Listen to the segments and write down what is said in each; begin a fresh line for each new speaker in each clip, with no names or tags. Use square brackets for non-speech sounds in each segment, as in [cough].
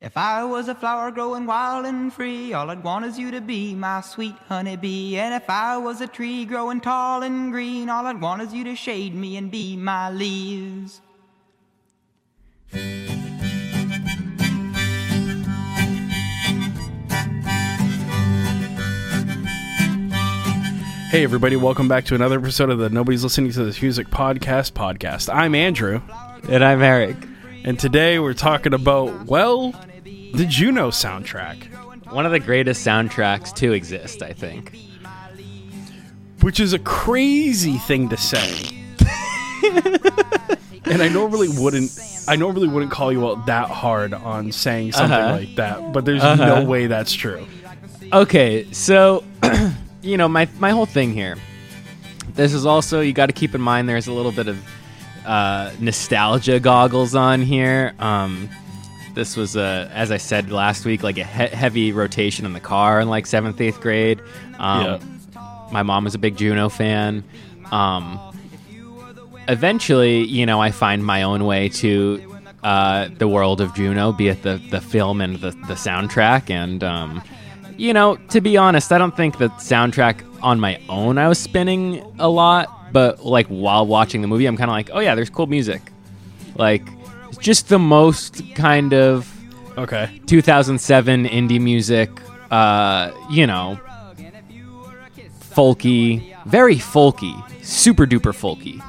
If I was a flower growing wild and free, all I'd want is you to be my sweet honey bee. And if I was a tree growing tall and green, all I'd want is you to shade me and be my leaves.
Hey, everybody, welcome back to another episode of the Nobody's Listening to This Music Podcast podcast. I'm Andrew,
And I'm Eric.
and today we're talking about, well, the Juno soundtrack,
One of the greatest soundtracks to exist, I think.
which is a crazy thing to
[laughs]
say. and I normally wouldn't. I normally wouldn't call you out that hard on saying something
Uh-huh.
like that, but there's no way that's true.
Okay, so [clears throat] you know my my whole thing here. This is also you got to keep in mind there's a little bit of uh, nostalgia goggles on here. Um, this was a, as I said last week, like a he- heavy rotation in the car in like seventh, eighth grade. Um,
Yeah.
My mom was a big Juno fan. Um, eventually, you know, I find my own way to uh, the world of Juno, be it the, the film and the, the soundtrack. And, um, you know, to be honest, I don't think the soundtrack on my own I was spinning a lot, but like while watching the movie, I'm kind of like, oh yeah, there's cool music. Like, it's just the most kind of
Okay.
2007 indie music, uh, you know, folky, very folky, super duper folky.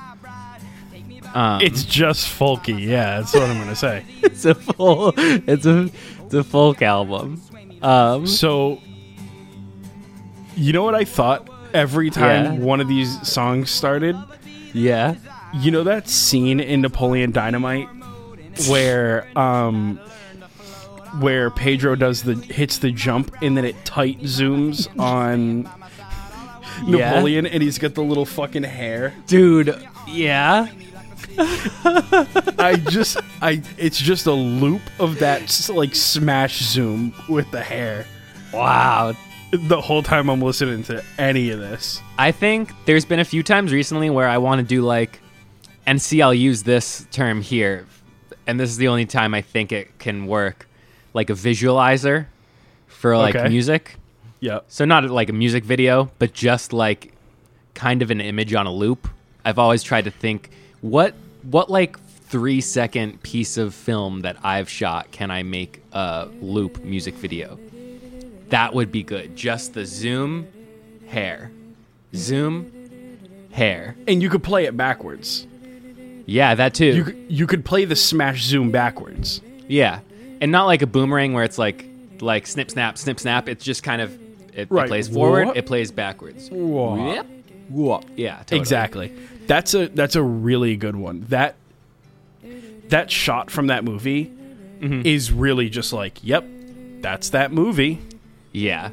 Um,
It's just folky. Yeah, that's what I'm going to say.
[laughs] it's a full, it's a, it's a folk album. Um,
So, you know what I thought every time
Yeah.
one of these songs started?
yeah,
You know that scene in Napoleon Dynamite where um where Pedro does the hits the jump and then it tight zooms on
[laughs] Yeah.
Napoleon and he's got the little fucking hair.
dude, yeah,
I just I it's just a loop of that s- like smash zoom with the hair
wow.
the whole time I'm listening to any of this.
I think there's been a few times recently where I want to do like, and see, I'll use this term here, and this is the only time I think it can work, like a visualizer for like
Okay.
music.
Yep.
So not like a music video, but just like kind of an image on a loop. I've always tried to think what what like three second piece of film that I've shot can I make a loop music video? That would be good. Just the zoom, hair, zoom, hair.
And you could play it backwards.
Yeah, that too.
You c- you could play the smash zoom backwards.
Yeah, and not like a boomerang where it's like like snip snap snip snap. It's just kind of it,
Right.
it plays forward,
Whoop.
it plays backwards.
Whoop.
Yep. Whoop. Yeah, totally.
Exactly. That's a that's a really good one. That that shot from that movie
Mm-hmm.
is really just like, yep, that's that movie.
Yeah.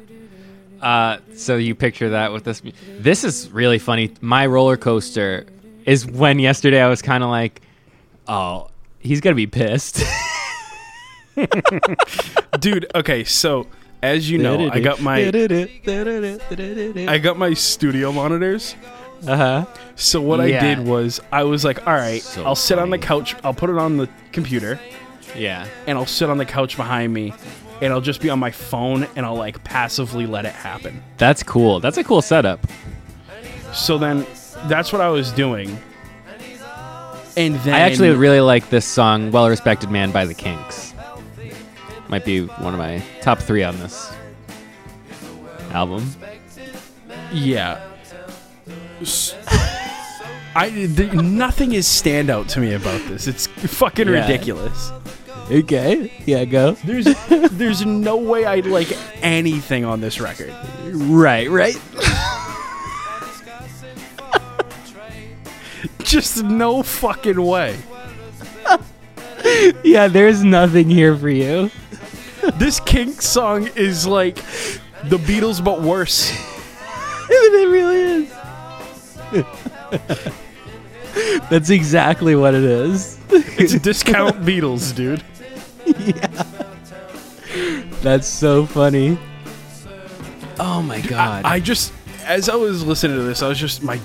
Uh, so you picture that with this. mu- This is really funny. My roller coaster is when yesterday I was kind of like, oh, he's gonna be
[laughs]
pissed.
Dude, okay, so as you know, I got my I got my studio monitors.
uh huh.
So what I
Yeah.
did was I was like, all right,
So
I'll sit on the
funny.
couch, I'll put it on the computer,
[laughs] Yeah.
and I'll sit on the couch behind me, and I'll just be on my phone and I'll like passively let it happen.
That's cool. That's a cool setup.
So then that's what I was doing. And then
I actually really like this song, "Well Respected Man" by the Kinks. Might be one of my top three on this album.
yeah. S- I th- nothing is standout to me about this. It's fucking
Yeah.
ridiculous.
Okay. Yeah. Go.
There's there's no way I'd like anything on this record.
Right. Right.
Just no fucking way.
Yeah, there's nothing here for you.
This Kink song is like the Beatles but worse.
it really is. [laughs] That's exactly what it is.
It's [laughs] discount Beatles, dude.
That's so funny. Oh my god.
I just, as I was listening to this, I was just my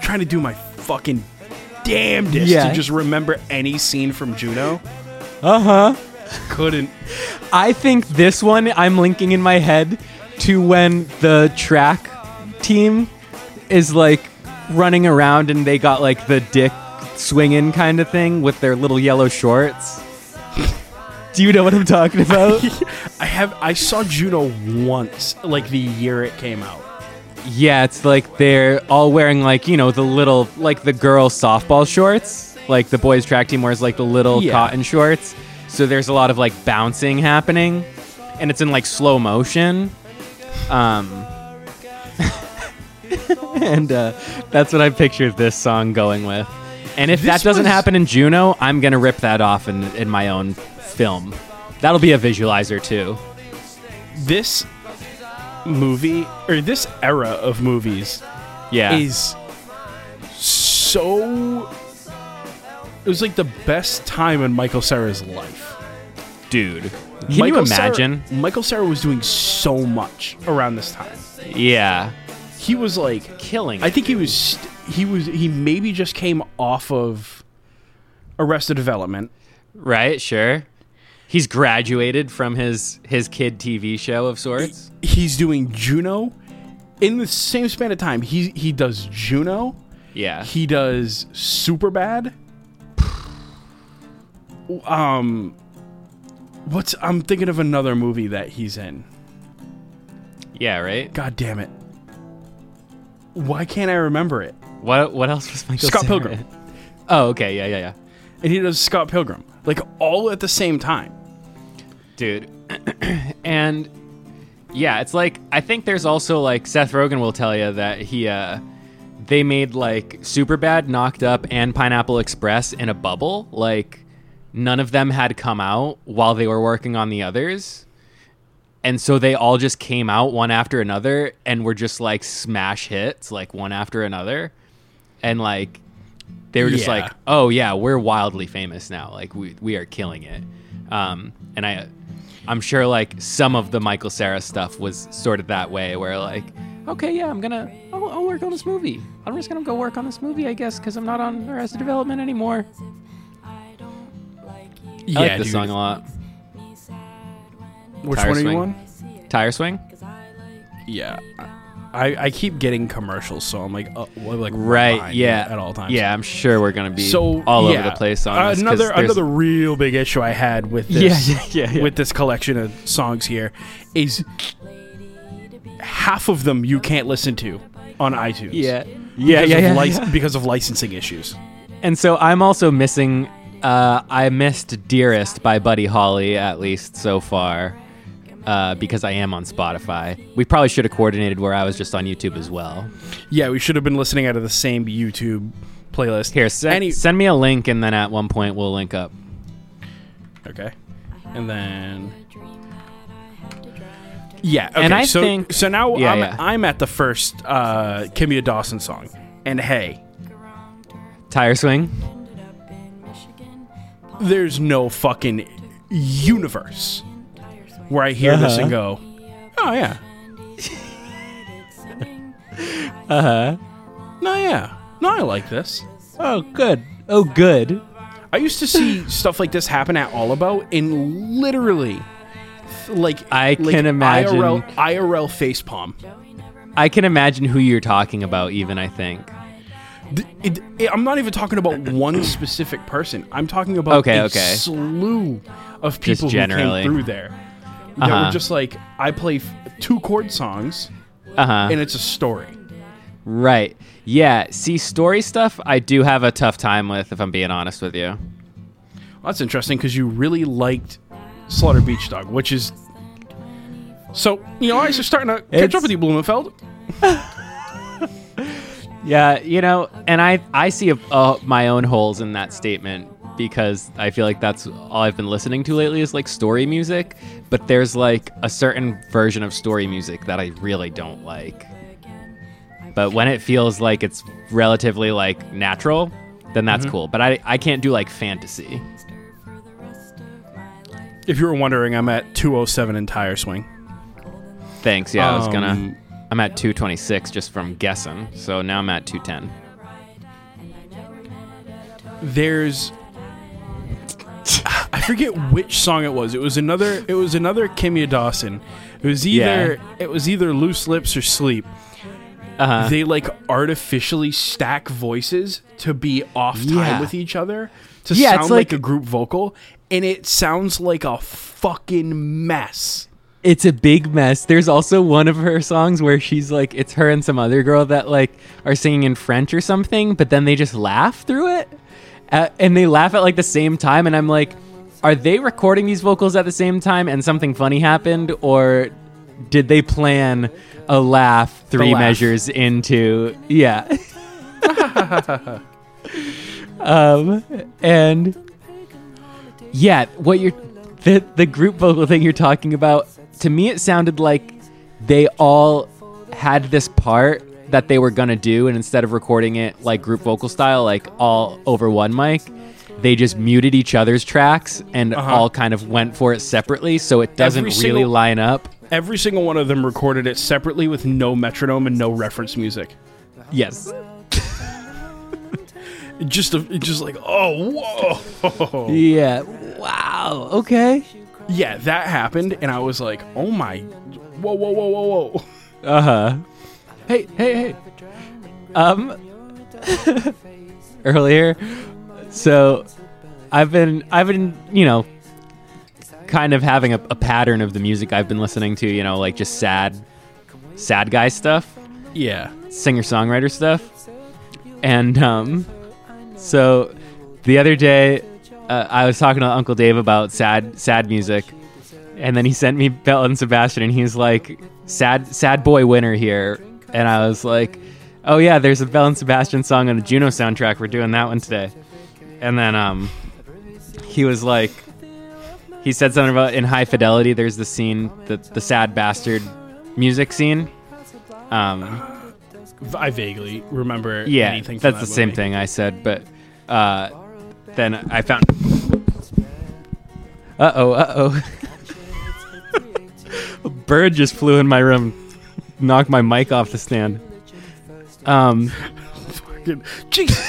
trying to do my fucking damnedest
Yeah.
to just remember any scene from Juno.
uh huh.
Couldn't.
I think this one I'm linking in my head to when the track team is like running around and they got like the dick swinging kind of thing with their little yellow shorts. [laughs] Do you know what I'm talking about?
I have. I saw Juno once, like the year it came out.
yeah, it's like they're all wearing like, you know, the little like the girl softball shorts. Like the boys track team wears like the little
Yeah.
cotton shorts. So there's a lot of like bouncing happening and it's in like slow motion. Um [laughs] and uh, that's what I picture this song going with. And if
This
that doesn't
was-
happen in Juno, I'm gonna rip that off in, in my own film. That'll be a visualizer too.
This movie or this era of movies
Yeah.
is so. It was like the best time in Michael Sarah's life.
dude. Can you
Michael Cera-
imagine?
Michael Sarah was doing so much around this time.
Yeah.
He was like
Killing.
I
it.
think he was st- he was he maybe just came off of Arrested Development.
Right, sure. He's graduated from his his kid TV show of sorts.
He's doing Juno in the same span of time. He he does Juno.
Yeah.
He does Superbad. Um, what's I'm thinking of another movie that he's in.
Yeah, right?
God damn it! Why can't I remember it?
What what else was Michael
Scott
Cera
Pilgrim.
in? [laughs] Oh, okay. Yeah, yeah, yeah.
And he does Scott Pilgrim, like all at the same time.
Dude. [clears throat] and yeah, it's like I think there's also like Seth Rogen will tell you that he uh they made like Superbad, Knocked Up and Pineapple Express in a bubble. Like none of them had come out while they were working on the others. and so they all just came out one after another and were just like smash hits like one after another and like they were just
Yeah.
like oh yeah we're wildly famous now like we, we are killing it um, and i i'm sure like some of the michael Cera stuff was sort of that way where like okay yeah i'm gonna I'll, I'll work on this movie i'm just gonna go work on this movie i guess because i'm not on arrested development anymore i like this
dude.
song a lot
Which
Tire
one are
Swing.
you on?
tire swing
Yeah, I, I keep getting commercials, so I'm like, uh, well, like
Right.
behind
Yeah.
at all times.
Yeah, I'm sure we're gonna be
So
all
yeah.
over the place on this 'cause
another
there's-
another real big issue I had with this
[laughs] Yeah, yeah, yeah, yeah.
with this collection of songs here is half of them you can't listen to on iTunes.
Yeah. Yeah,
because
yeah,
of
yeah,
lic-
yeah.
because of licensing issues.
And so I'm also missing. Uh, I missed "Dearest" by Buddy Holly at least so far, uh, because I am on Spotify. We probably should have coordinated where I was just on YouTube as well.
Yeah, we should have been listening out of the same YouTube playlist.
Here, send,
Any-
send me a link, and then at one point we'll link up.
Okay. And then Yeah, okay.
And I
so,
think-
so now
Yeah,
I'm,
yeah.
I'm at the first uh Kimia Dawson song. And hey,
Tire swing.
there's no fucking universe where I hear this and go, "Oh yeah." uh-huh. No, yeah. No, I like this.
Oh, good. Oh, good.
I used to
[laughs]
see stuff like this happen at All About in literally like
I
like
can imagine.
IRL, IRL face palm.
I can imagine who you're talking about. Even I think.
Th- it- it- I'm not even talking about
[clears throat]
one specific person. I'm talking about
Okay,
a
okay.
slew of people who
generally.
came through there that were
Uh-huh.
just like, I play f- two chord songs
Uh huh.
and it's a story.
Right. Yeah. See, story stuff I do have a tough time with, if I'm being honest with you.
that's interesting because you really liked Slaughter Beach Dog, which is so you know I was just starting to catch
It's-
up with you, Blumenfeld.
Yeah, you know, and I I see a, uh, my own holes in that statement because I feel like that's all I've been listening to lately is like story music, but there's like a certain version of story music that I really don't like. But when it feels like it's relatively like natural, then that's cool. But I I can't do like fantasy.
If you were wondering, I'm at 207 in tire swing.
Thanks. Yeah, I was
Um,
gonna. I'm at 226 just from guessing, so now I'm at 210.
There's I forget which song it was. It was another. It was another Kimya Dawson. It was either. It was either Loose Lips or Sleep.
Uh-huh.
They like artificially stack voices to be off time
Yeah.
with each other to
Yeah, it's
sound like,
like-
a group vocal, and it sounds like a fucking mess.
it's a big mess. There's also one of her songs where she's like, it's her and some other girl that like are singing in French or something, but then they just laugh through it, uh, and they laugh at like the same time, and I'm like, are they recording these vocals at the same time, and something funny happened, or did they plan a laugh three
laugh.
measures into yeah? [laughs] um, and yeah, what you're the the group vocal thing you're talking about, to me it sounded like they all had this part that they were gonna do and instead of recording it like group vocal style, like all over one mic, they just muted each other's tracks and all kind of went for it separately so it doesn't
Uh-huh. Every
really
single-
line up.
Every single one of them recorded it separately with no metronome and no reference music.
Yes.
Just, a, just like, oh, whoa.
Yeah. Wow. Okay.
Yeah, that happened, and I was like, "Oh my, whoa, whoa, whoa, whoa, [laughs] whoa!"
Uh huh. Hey, hey, hey. Um, [laughs] earlier, so I've been, I've been, you know, kind of having a, a pattern of the music I've been listening to. You know, like just sad, sad guy stuff,
Yeah,
singer songwriter stuff, and um, so the other day, uh, I was talking to Uncle Dave about sad, sad music, and then he sent me Bell and Sebastian, and he's like, "Sad, sad boy winner here," and I was like, "Oh yeah, there's a Bell and Sebastian song on the Juno soundtrack. We're doing that one today." And then um, he was like, he said something about in High Fidelity. There's the scene, the the sad bastard music scene. Um,
V- I vaguely remember.
yeah,
anything from
that's
that
the same
movie.
thing I said. But uh, then I found. Uh oh, uh oh. A [laughs] bird just flew in my room, knocked my mic off the stand. Um,
Fucking- [laughs] Jesus.
[laughs]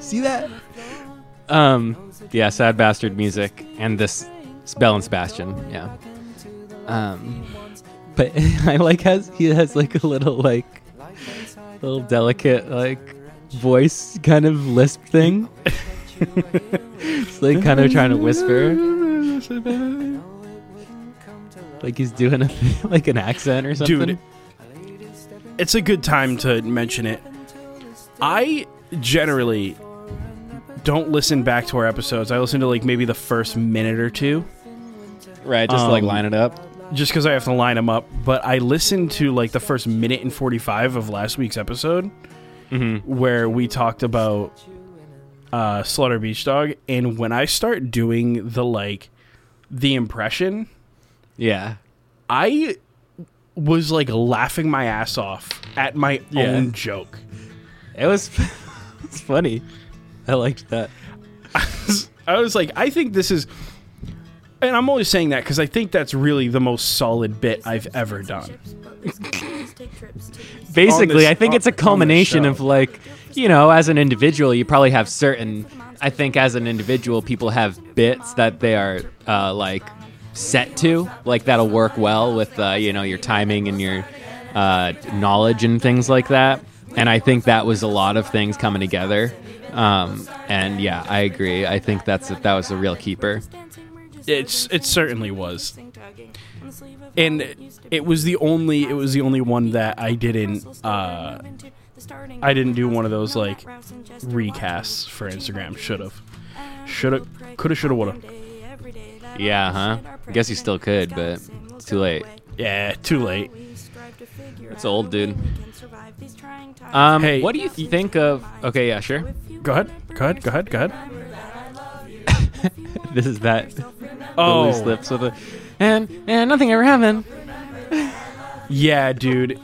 see that? Um, yeah, sad bastard music and this it's Bell and Sebastian, yeah. Um, but [laughs] I like has he has like a little like little delicate like voice kind of lisp thing. [laughs] it's like kind of trying to whisper, like he's doing a [laughs] like an accent or something.
dude. It's a good time to mention it. I generally don't listen back to our episodes. I listen to like maybe the first minute or two.
right?
just to, like, line
it up.
just because I have to line them up. But I listened to like the first minute and forty five of last week's episode, where we talked about uh, Slaughter Beach Dog, and when I start doing the like the impression,
Yeah,
I was like laughing my ass off at my
Yeah.
own joke.
it was [laughs] it's funny. I liked that.
I was like, I think this is. And I'm always saying that because I think that's really the most solid bit I've ever done.
[coughs] basically
this-
i think
on-
it's a
on this
culmination
show.
of like you know as an individual you probably have certain i think as an individual people have bits that they are uh, like set to like that'll work well with uh, you know your timing and your uh, knowledge and things like that and i think that was a lot of things coming together um, and yeah i agree i think that's a, that was a real keeper
It's it certainly was. and it was the only it was the only one that I didn't uh I didn't do one of those like recasts for Instagram should have should have could have should have would have
yeah huh i guess you still could but it's too late
yeah too late
It's old, dude.
um,
Hey,
what do you think of okay yeah sure
go ahead go ahead go ahead go ahead
[laughs] this is that
oh
loose lips with a and and nothing ever happened.
yeah [laughs] dude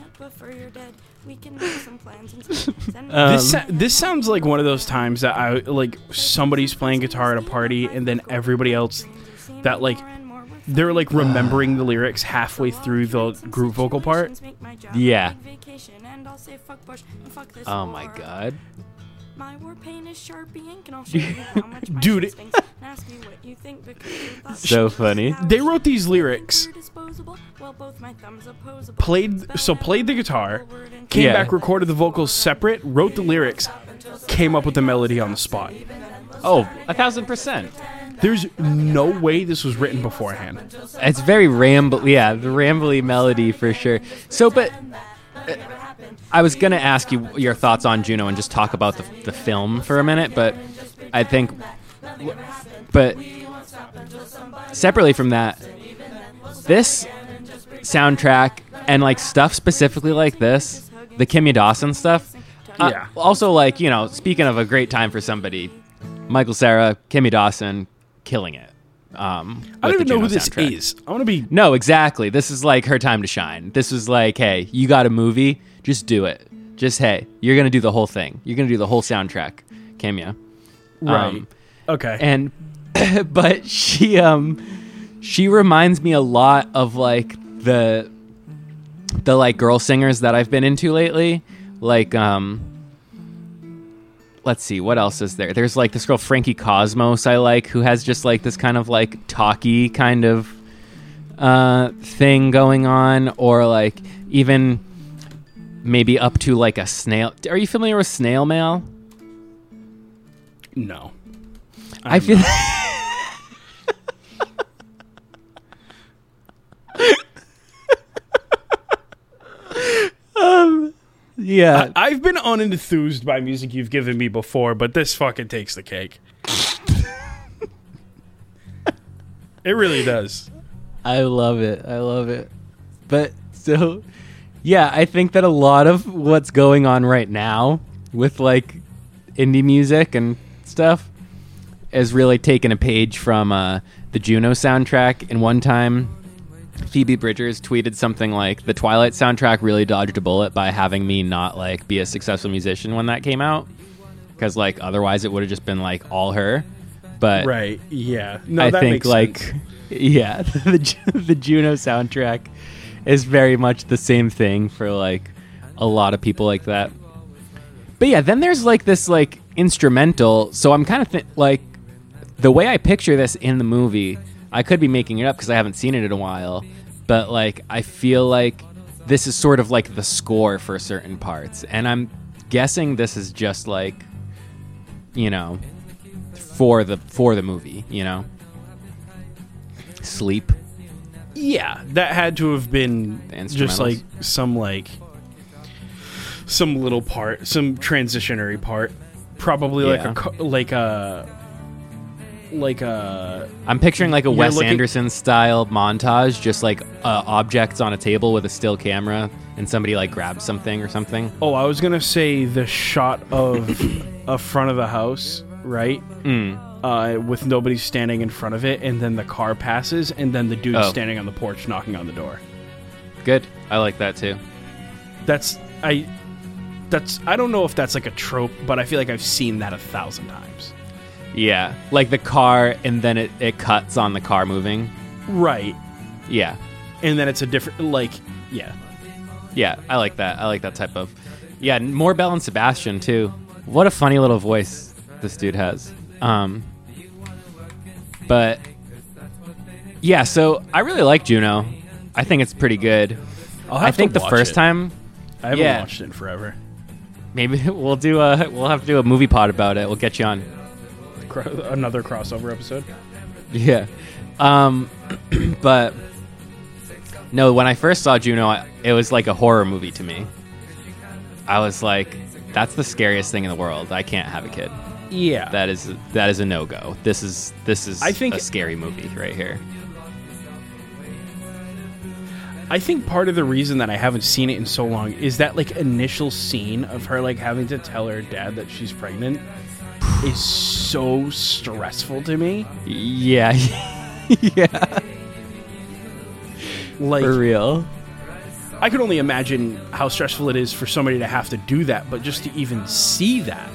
Um,
this sa- this sounds like one of those times that I like somebody's playing guitar at a party and then everybody else that like they're like remembering the lyrics halfway through the group vocal part [laughs]
Yeah.
Yeah.
[laughs]
Oh my god.
My war paint is Sharpie ink, and I'll show you how much my
Dude,
shit stinks. And ask me what you
[laughs]
think because you thought
So
this
funny.
house
They wrote these
you think
lyrics.
they're disposable? Well, both my thumbs are posable. Spell
Played so
out
played the
every
guitar,
single word and
came
Yeah.
back, recorded the vocals separate, wrote the lyrics, came up with the melody on the spot.
Oh, a thousand percent.
There's no way this was written beforehand.
It's very ramble. Yeah, the rambly melody for sure. So, but uh, I was gonna ask you your thoughts on Juno and just talk about the the film for a minute, but I think, but separately from that, this soundtrack and like stuff specifically like this, the Kimmy Dawson stuff. uh,
Yeah.
Also, like you know, speaking of a great time for somebody, Michael Sarah, Kimmy Dawson, killing it. Um,
I don't
with
even
the
know who
Juno
this
soundtrack.
is. I want to be
No, exactly. This is like her time to shine. This was like, hey, you got a movie, just do it. Just hey, you're gonna do the whole thing. You're gonna do the whole soundtrack, cameo.
right. Okay.
Um, And [laughs] but she um she reminds me a lot of like the the like girl singers that I've been into lately. Like um let's see what else is there there's like this girl frankie cosmos i like who has just like this kind of like talky kind of uh thing going on or like even maybe up to like a snail are you familiar with snail mail
no.
i, feel [laughs] Um, yeah
I- I've been unenthused by music you've given me before, but this fucking takes the
[laughs]
cake. it really does.
I love it. I love it. But so, yeah, I think that a lot of what's going on right now with like indie music and stuff is really taken a page from uh, the Juno soundtrack. And one time, Phoebe Bridgers tweeted something like, "The Twilight soundtrack really dodged a bullet by having me not like be a successful musician when that came out, because like otherwise it would have just been like all her." But
Right. Yeah. No,
I
that
think
makes
like [laughs]
sense.
yeah, the Ju- the Juno soundtrack is very much the same thing for like a lot of people like that. But yeah, then there's like this like instrumental. So I'm kind of th- like the way I picture this in the movie. I could be making it up because I haven't seen it in a while, but like I feel like this is sort of like the score for certain parts, and I'm guessing this is just like you know for the for the movie, you know. Sleep.
yeah, that had to have been
The
just
instrumentals.
like some like some little part, some transitionary part, probably like
Yeah.
a co- like a like a
I'm picturing like a
You're
Wes
looking-
Anderson style montage, just like uh, objects on a table with a still camera, and somebody like grabs something or something.
Oh, I was gonna say the shot [coughs] of a front of the house, right? Mm. Uh, with nobody standing in front of it, and then the car passes, and then the dude
Oh.
standing on the porch knocking on the door.
Good. I like that too.
That's I. That's I don't know if that's like a trope, but I feel like I've seen that a thousand times.
Yeah, like the car, and then it it cuts on the car moving.
Right,
Yeah,
and then it's a different like yeah.
yeah. I like that. I like that type of. Yeah, and more Bell and Sebastian too. What a funny little voice this dude has. Um, but yeah, so I really like Juno. I think it's pretty good.
I'll
I
have to
think the
watch
first
it.
time
I haven't
yeah.
watched it in forever.
Maybe [laughs] we'll do a we'll have to do a movie pod about it. We'll get
[laughs]
you on.
Cro- another crossover episode.
Yeah. Um [clears throat] but no, when I first saw Juno, I, it was like a horror movie to me. I was like that's the scariest thing in the world. I can't have a kid.
Yeah,
That is that is a no-go. This is this is
I think-
a scary movie right here.
I think part of the reason that I haven't seen it in so long is that like initial scene of her like having to tell her dad that she's pregnant is so stressful to me. [laughs]
[laughs] Yeah. yeah,
Like
for real.
I could only imagine how stressful it is for somebody to have to do that, but just to even see that.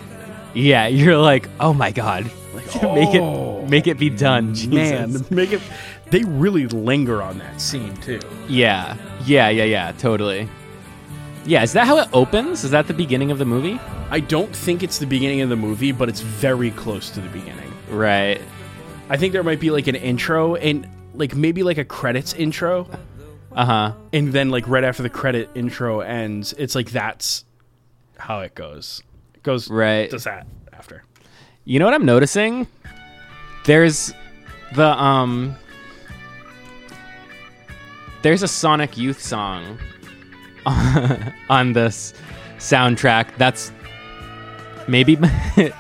Yeah, you're like, "Oh my god." [laughs] make it make it be done, Jesus.
Oh. Man, [laughs] make it they really linger on that scene too.
Yeah, yeah, yeah, yeah, totally. Yeah, is that how it opens? Is that the beginning of the movie?
I don't think it's the beginning of the movie, but it's very close to the beginning.
Right.
I think there might be like an intro and like maybe like a credits intro,
Uh huh.
and then like right after the credit intro ends, it's like that's how it goes. It goes
Right.
Does that after?
You know what I'm noticing? There's the um There's a Sonic Youth song [laughs] on this soundtrack. That's maybe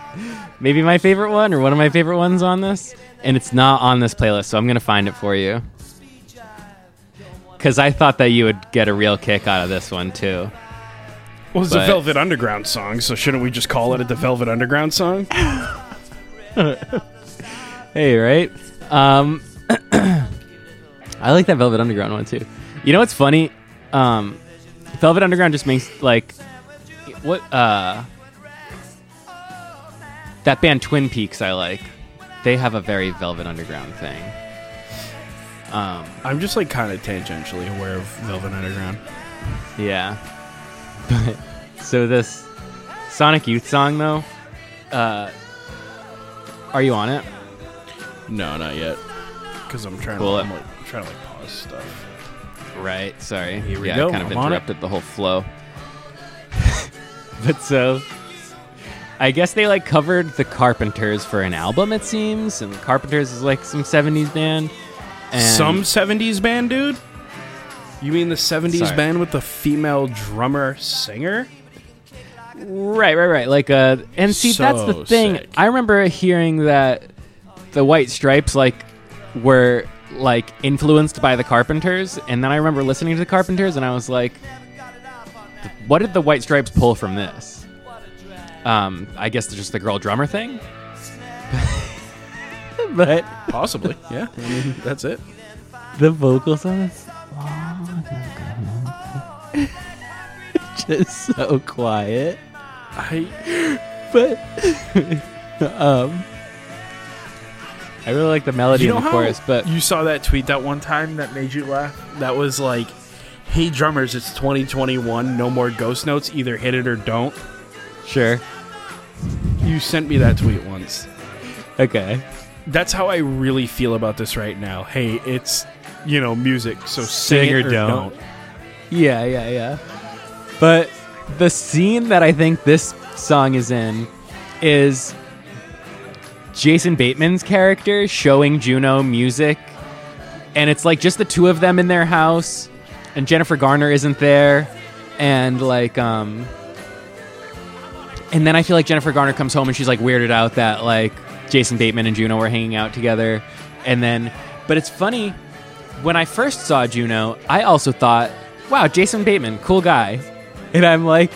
[laughs] maybe my favorite one or one of my favorite ones on this and it's not on this playlist, so I'm going to find it for you. Cuz I thought that you would get a real kick out of this one too.
Well, it's
But-
a Velvet Underground song, so shouldn't we just call it the Velvet Underground song?
Hey, right? Um, [clears throat] I like that Velvet Underground one too. You know what's funny? Um, Velvet Underground just makes like what uh that band Twin Peaks I like. They have a very Velvet Underground thing. Um,
I'm just like kind of tangentially aware of Velvet Underground.
yeah. But so this Sonic Youth song though, uh, are you on it?
No, not yet. Because I'm trying
Cool.
to I'm like, trying to like pause stuff.
Right. Sorry.
Here we
yeah,
go,
I kind of
I'm on it.
interrupted the whole flow. [laughs] but so, I guess they like covered the Carpenters for an album. It seems, and the Carpenters is like some '70s band. And
Some 70s band, dude. You mean the 70s
Sorry.
band with the female drummer singer?
right, right, right. Like uh, and see, that's the
So
thing.
sick.
I remember hearing that the White Stripes like were like influenced by the Carpenters, and then I remember listening to the Carpenters, and I was like, what did the White Stripes pull from this? Um, I guess just the girl drummer thing. [laughs] but
Possibly. yeah. [laughs] I mean, that's it.
the vocals on [laughs] this just so quiet.
I [laughs]
but um I really like the melody
you know
in the
how
chorus, but
you saw that tweet that one time that made you laugh. That was like, "Hey drummers, it's 2021. No more ghost notes. Either hit it or don't."
sure.
You sent me that tweet once.
Okay.
That's how I really feel about this right now. Hey, it's you know music, so
Sing
sing,
or
it or
don't.
don't.
Yeah, yeah, yeah. But the scene that I think this song is in is Jason Bateman's character showing Juno music. And it's like just the two of them in their house, and Jennifer Garner isn't there. And like, um, and then I feel like Jennifer Garner comes home and she's like weirded out that like Jason Bateman and Juno were hanging out together. And then, but it's funny when I first saw Juno, I also thought, wow, Jason Bateman, cool guy. And I'm like,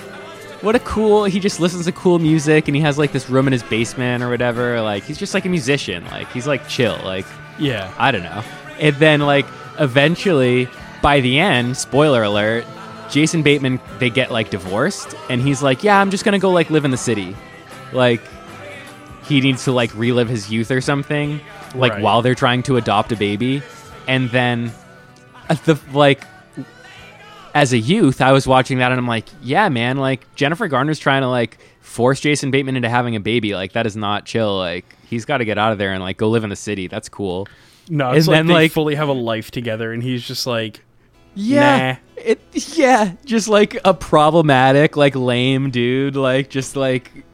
what a cool, he just listens to cool music and he has like this room in his basement or whatever. Like, he's just like a musician. Like, he's like chill. Like,
Yeah.
I don't know. And then, like, eventually, by the end, spoiler alert, Jason Bateman, they get like divorced and he's like, yeah, I'm just going to go like live in the city. Like, he needs to like relive his youth or something, like
Right.
while they're trying to adopt a baby. And then, uh, the like, as a youth, I was watching that and I'm like, yeah, man, like Jennifer Garner's trying to like force Jason Bateman into having a baby. Like that is not chill. Like he's got to get out of there and like go live in the city. That's cool.
No,
it's
it's
And like
like
then, they
they
like-
fully have a life together, and he's just like,
Yeah. It yeah, just like a problematic, like lame dude, like just like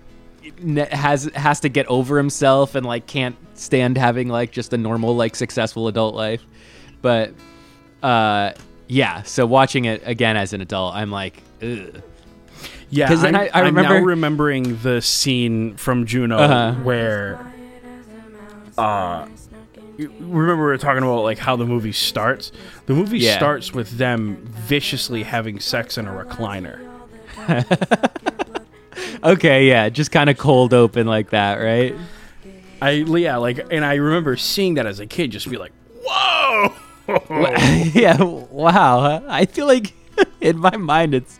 ne- has has to get over himself and like can't stand having like just a normal like successful adult life. But uh yeah, so watching it again as an adult, I'm like Ugh.
"Yeah."
'Cause then
I'm,
I- I
I'm now
remember-
remembering the scene from Juno
Uh-huh.
where
Uh,
you- remember we were talking about like how the movie starts. The movie
Yeah.
starts with them viciously having sex in a
[laughs]
recliner.
Okay, yeah, just kind of cold open like that, right?
I yeah, like, and I remember seeing that as a kid, just be like, "Whoa!"
[laughs] yeah, wow. I feel like [laughs] in my mind it's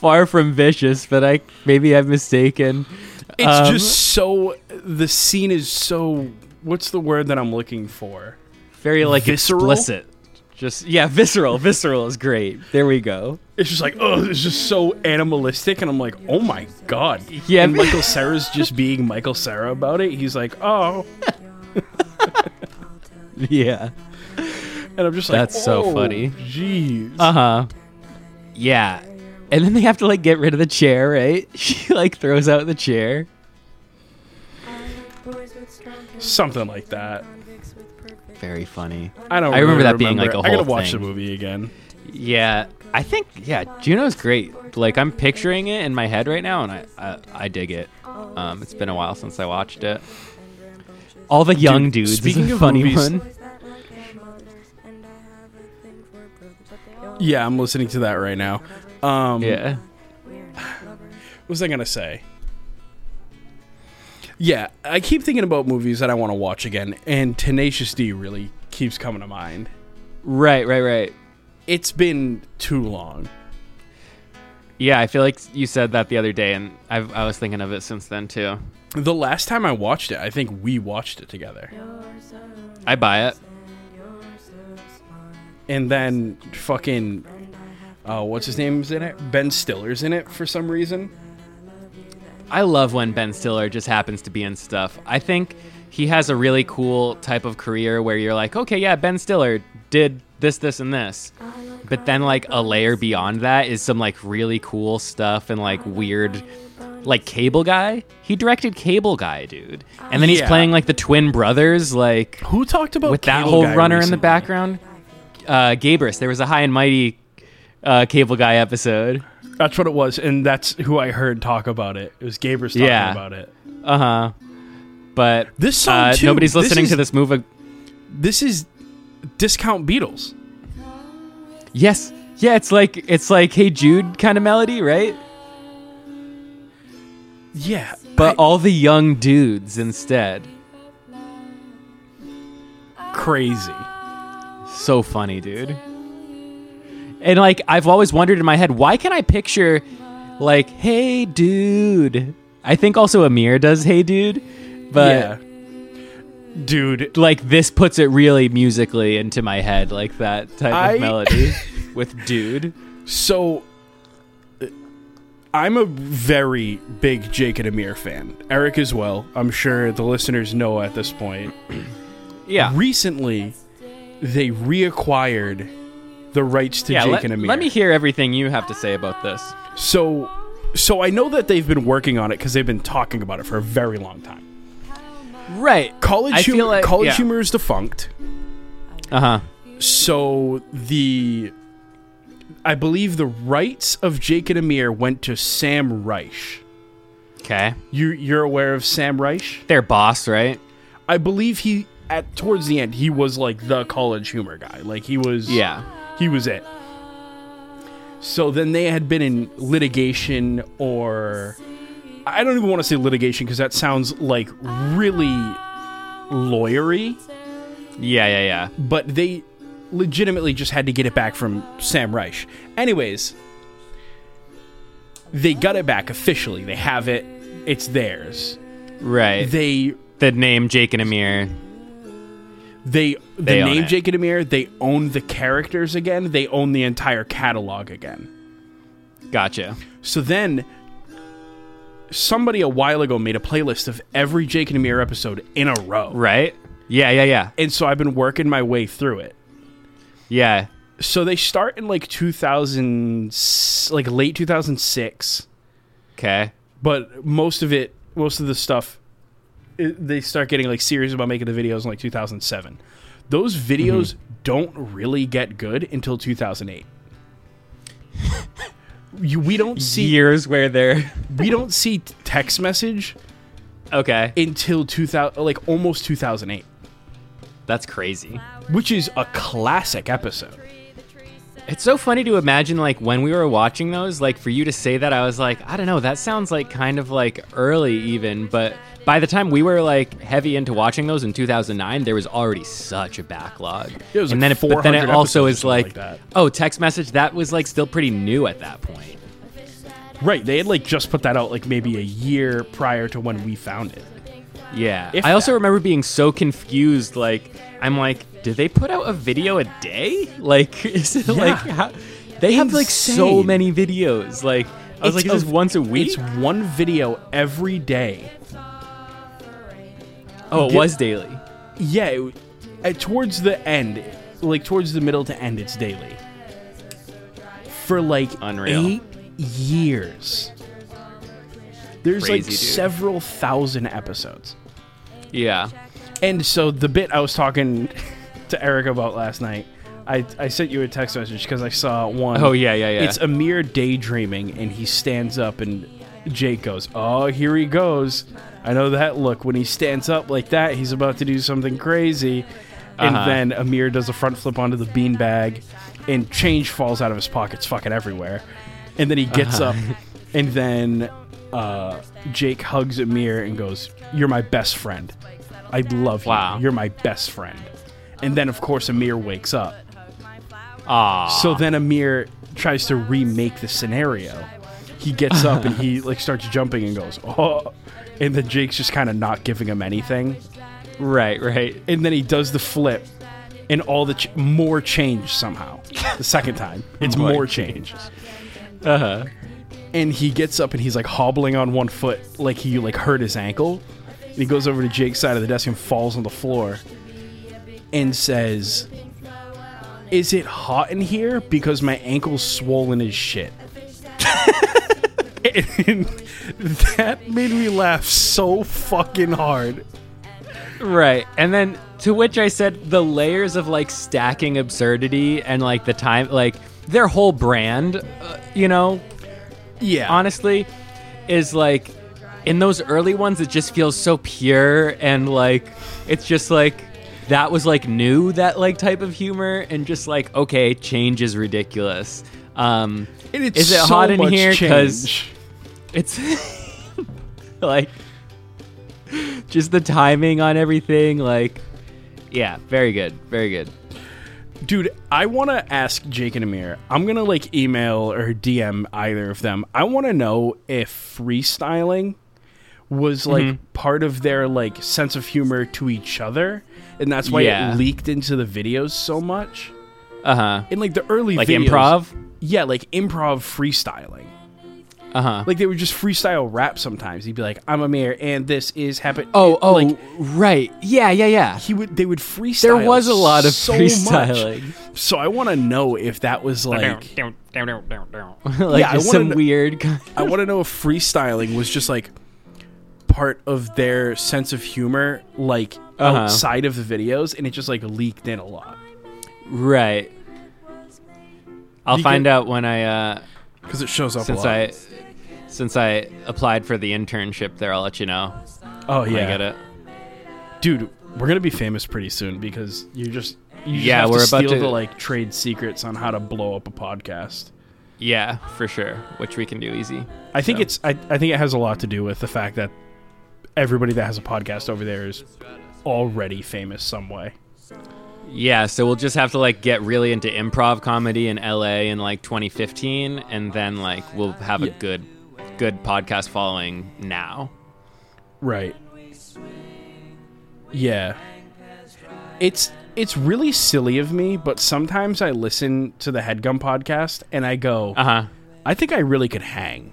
far from vicious, but I maybe I'm mistaken.
It's
Um,
just so the scene is so. What's the word that I'm looking for?
very like
Visceral? [laughs]
explicit. Just yeah, visceral. visceral is great. There we go.
It's just like, oh, it's just so animalistic, and I'm like, oh my god.
Yeah.
And Michael Sarah's just being Michael Sarah about it. He's like, oh,
Yeah.
and I'm just like,
That's so
oh,
funny.
Jeez.
Uh huh. Yeah. And then they have to like get rid of the chair, right? [laughs] She like throws out the chair.
Something like that.
Very funny.
I don't.
I remember
really
that being, like, a
I gotta
whole
watch
thing.
the movie again.
Yeah, I think yeah, Juno's great. Like I'm picturing it in my head right now, and I I, I dig it. Um, it's been a while since I watched it. All the young
Dude,
dudes.
speaking
is a
of
funny
movies- [laughs]
one.
Yeah, I'm listening to that right now. Um,
Yeah.
What was I gonna say? Yeah, I keep thinking about movies that I want to watch again, and Tenacious D really keeps coming to mind.
Right. Right. Right.
It's been too long.
Yeah, I feel like you said that the other day, and I've, I was thinking of it since then too.
The last time I watched it, I think we watched it together.
I buy it.
And then fucking uh, what's his name's in it? Ben Stiller's in it for some reason.
I love when Ben Stiller just happens to be in stuff. I think he has a really cool type of career where you're like, okay, yeah, Ben Stiller did this, this, and this. [sighs] But then, like, a layer beyond that is some, like, really cool stuff and, like, weird. Like, Cable Guy? He directed Cable Guy, dude. And then he's
Yeah.
playing, like, the twin brothers, like,
Who talked about
with that
Cable
whole
Guy
runner in the
recently?
background. Uh, Gabrus. There was a High and Mighty uh, Cable Guy episode.
That's what it was, and that's who I heard talk about it. It was Gabrus talking
Yeah.
about it.
Uh huh. But
This song,
uh,
too,
nobody's
this
listening
is-
to this movie.
This is Discount Beatles.
Yes. Yeah, it's like it's like Hey Jude kind of melody, right?
Yeah,
But
I-
all the young dudes instead.
crazy.
So funny, dude. And like I've always wondered in my head, why can I picture like Hey Dude? I think also Amir does Hey Dude, but
yeah, dude,
like this puts it really musically into my head, like that type
I-
of [laughs] melody with Dude.
So, uh, I'm a very big Jake and Amir fan. Eric as well. I'm sure the listeners know at this point.
Yeah.
Recently, they reacquired the rights to
yeah,
Jake
let,
and Amir.
let me hear everything you have to say about this.
So, so I know that they've been working on it because they've been talking about it for a very long time.
Right.
College
I feel
humor,
like-
college
yeah.
humor is defunct.
Uh huh.
So the, I believe the rights of Jake and Amir went to Sam Reich.
Okay.
You you're aware of Sam Reich?
Their boss, right?
I believe he at towards the end he was like the college humor guy. Like he was
Yeah.
he was it. So then they had been in litigation or I don't even want to say litigation because that sounds like really lawyery,
Yeah, yeah, yeah.
but they legitimately just had to get it back from Sam Reich. Anyways, they got it back officially. They have it. It's theirs.
Right.
They
the name Jake and Amir.
They the
They own
name
it.
Jake and Amir, they own the characters again, they own the entire catalog again.
Gotcha.
So then somebody a while ago made a playlist of every Jake and Amir episode in a row.
Right? Yeah, yeah, yeah.
And so I've been working my way through it.
Yeah.
So they start in like 2000 like late 2006,
Okay.
but most of it most of the stuff it, they start getting like serious about making the videos in like 2007. Those videos
Mm-hmm.
don't really get good until 2008. [laughs] you, we don't see
Years
[laughs]
where they're
we don't see text message
Okay.
until 2000 like almost 2008,
That's crazy.
which is a classic episode.
It's so funny to imagine like when we were watching those, like for you to say that I was like, I don't know, that sounds like kind of like early even, but by the time we were like heavy into watching those in 2009, there was already such a backlog.
It was,
and
like,
then it, but then it
400
also
episodes
is
or something
like,
like that.
oh, text message that was like still pretty new at that point.
Right, they had like just put that out like maybe a year prior to when we found it.
Yeah.
If
I also
that.
remember being so confused. [laughs] Like, I'm like, did they put out a video a day? Like, is it like, how, They have like so
Insane.
many videos. Like I was like, is
It's
this once a week?
It's one video every day.
oh, it
di-
was daily.
Yeah, it, w- at, towards the end, like towards the middle to end, it's daily. For like
Unreal.
eight years. There's like
Crazy, dude.
several thousand episodes.
Yeah.
And so the bit I was talking [laughs] to Eric about last night, I, I sent you a text message because I saw one.
Oh, yeah, yeah, yeah.
It's a mere daydreaming, and he stands up, and Jake goes, "Oh, here he goes." I know that look when he stands up like that. He's about to do something crazy, and
Uh-huh.
then Amir does a front flip onto the beanbag, and change falls out of his pockets, fucking everywhere. And then he gets
Uh-huh.
up, and then uh, Jake hugs Amir and goes, "You're my best friend. I love you.
Wow.
You're my best friend." And then, of course, Amir wakes up.
Ah.
So then Amir tries to remake the scenario. He gets up and he like starts jumping and goes, "Oh!" And then Jake's just kind of not giving him anything.
right, right.
And then he does the flip, and all the ch- more change somehow. The second time, it's
More
more change.
Uh huh.
And he gets up and he's like hobbling on one foot, like he like hurt his ankle. And he goes over to Jake's side of the desk and falls on the floor, and says, "Is it hot in here? Because my ankle's swollen as shit." [laughs] and that made me laugh so fucking hard.
Right. And then to which I said the layers of like stacking absurdity and like the time, like their whole brand, uh, you know,
Yeah.
honestly, is like in those early ones, it just feels so pure and like it's just like that was like new, that like type of humor, and just like, okay, change is ridiculous. Um,
And it's
is it
so
hot in
much
here? Because
change.
it's [laughs] like just the timing on everything like yeah very good very good
Dude, I want to ask Jake and Amir. I'm going to like email or DM either of them. I want to know if freestyling was like
Mm-hmm.
part of their like sense of humor to each other and that's why
Yeah.
it leaked into the videos so much.
uh-huh
In like the early
like
videos-
improv
Yeah, like improv freestyling.
uh-huh
Like they would just freestyle rap sometimes. He'd be like, "I'm Amir and this is happen."
oh oh
like
right yeah yeah yeah
he would they would freestyle.
there was a lot of
so much.
[laughs] freestyling
So I want to know if that was like
[laughs] like
Yeah, I
just
wanna
some
kn-
weird kind-
I want to know if freestyling was just like part of their sense of humor, like outside of the videos, and it just like leaked in a lot.
right i'll
You
find
can-
out when i uh
Because it shows up
since
a lot.
i since i applied for the internship there i'll let you know
oh
when
yeah,
i get it
dude, we're gonna be famous pretty soon because you're just you just
Yeah,
have
we're
to
about
steal
to-
the like trade secrets on how to blow up a podcast.
yeah for sure which we can do easy
I think
So-
it's I, I think it has a lot to do with the fact that everybody that has a podcast over there is already famous some way.
Yeah, so we'll just have to like get really into improv comedy in LA in like 2015 and then like we'll have a good good podcast following now.
Right. Yeah. It's it's really silly of me, but sometimes I listen to the Headgum podcast and I go,
Uh-huh.
I think I really could hang.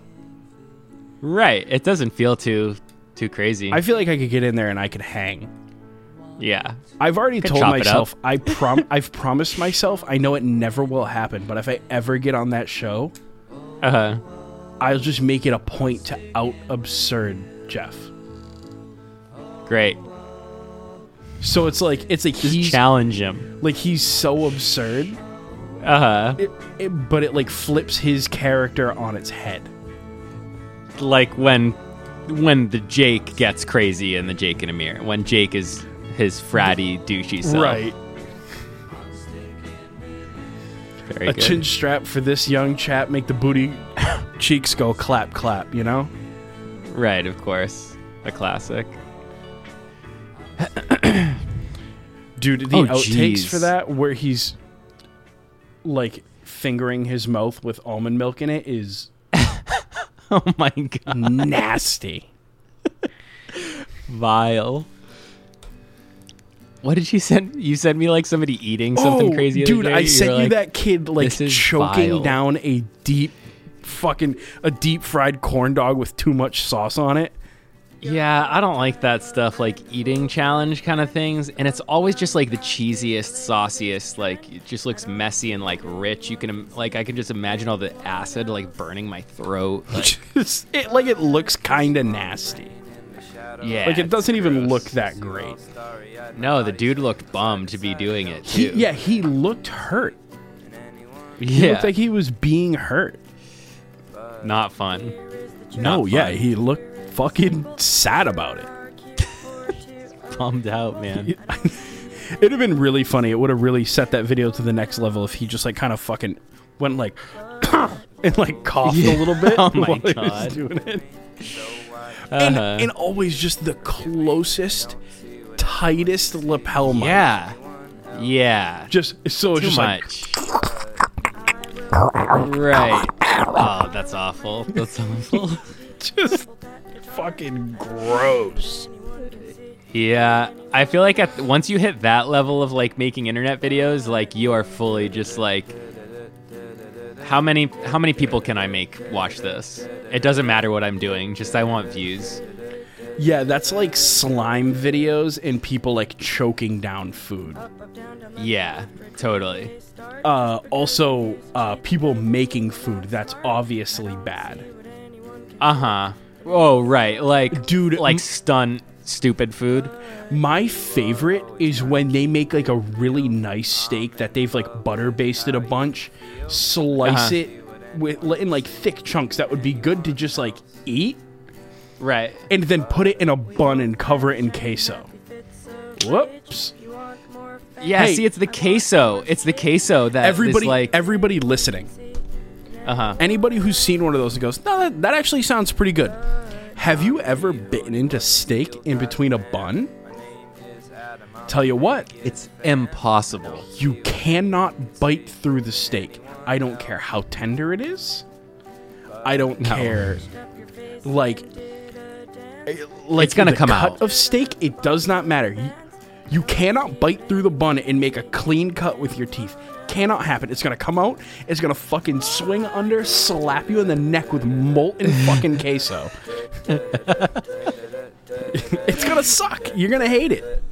Right. It doesn't feel too too crazy.
I feel like I could get in there and I could hang.
yeah.
I've already told
chop it up.
myself
[laughs]
I prom I've promised myself I know it never will happen, but if I ever get on that show,
Uh-huh.
I'll just make it a point to out absurd Jeff.
Great.
So it's like it's like
Just
he's
challenge him.
like he's so absurd
Uh-huh.
it, it, but it like flips his character on its head.
Like when when the Jake gets crazy in the Jake and Amir. When Jake is his fratty douchey self. Very
A
good.
chin strap for this young chap make the booty [coughs] cheeks go clap clap, you know?
right, of course. A classic. [laughs]
Dude, the
Oh,
outtakes
jeez.
for that where he's like fingering his mouth with almond milk in it
[laughs]
is
Oh my god.
nasty.
Vile. What did you send? You sent me like somebody eating something
Oh,
crazy, the other
dude.
day.
I
You
sent
were
you
like,
that kid like
"This is
choking
vile."
down a deep, fucking a deep fried corn dog with too much sauce on
[laughs]
it.
Yeah, I don't like that stuff, like eating challenge kind of things. And it's always just like the cheesiest, sauciest. Like it just looks messy and like rich. You can im- like I can just imagine all the acid like burning my throat. Like,
Just- it like it looks kind of nasty.
yeah,
Like it doesn't even
gross.
look that great.
No, the dude looked bummed to be doing it
He,
too.
yeah, he looked hurt. He
yeah,
looked like he was being hurt.
not fun.
[laughs] No,
Not
yeah,
fun.
he looked fucking sad about it. [laughs]
bummed out, man.
It'd have been really funny. It would have really set that video to the next level if he just like kind of fucking went like [coughs] and like coughed a little bit
Oh my
while he was [laughs]
God.
doing it. And,
Uh-huh.
and always just the closest, tightest lapel mic.
yeah, yeah,
Just so it's
too
just like
much. right. Oh, that's awful. [laughs] That's awful.
just fucking gross.
Yeah, I feel like at once you hit that level of like making internet videos, like you are fully just like how many how many people can I make watch this? It doesn't matter what I'm doing, just I want views.
Yeah, that's like slime videos and people like choking down food.
Yeah, totally.
[laughs] Uh, also, uh, people making food. That's obviously bad.
Uh-huh. Oh, right. Like
Dude, m-
like stunt stupid food.
My favorite is when they make like a really nice steak that they've like butter basted a bunch, slice
Uh-huh.
it with in like thick chunks that would be good to just like eat,
Right.
and then put it in a bun and cover it in queso. Whoops!
Yeah,
Hey.
see it's the queso. It's the queso that is,
Everybody,
like
everybody listening,
uh-huh.
anybody who's seen one of those and goes, "No, that, that actually sounds pretty good." Have you ever bitten into steak in between a bun? Tell you what,
It's impossible.
You cannot bite through the steak. I don't care how tender it is. I don't care. Like, like
It's gonna
the
come
cut
out.
of steak. It does not matter. You, you cannot bite through the bun and make a clean cut with your teeth. Cannot happen. It's gonna come out. It's gonna fucking swing under, slap you in the neck with
[laughs]
molten fucking queso. [laughs] it's gonna suck. You're gonna hate it.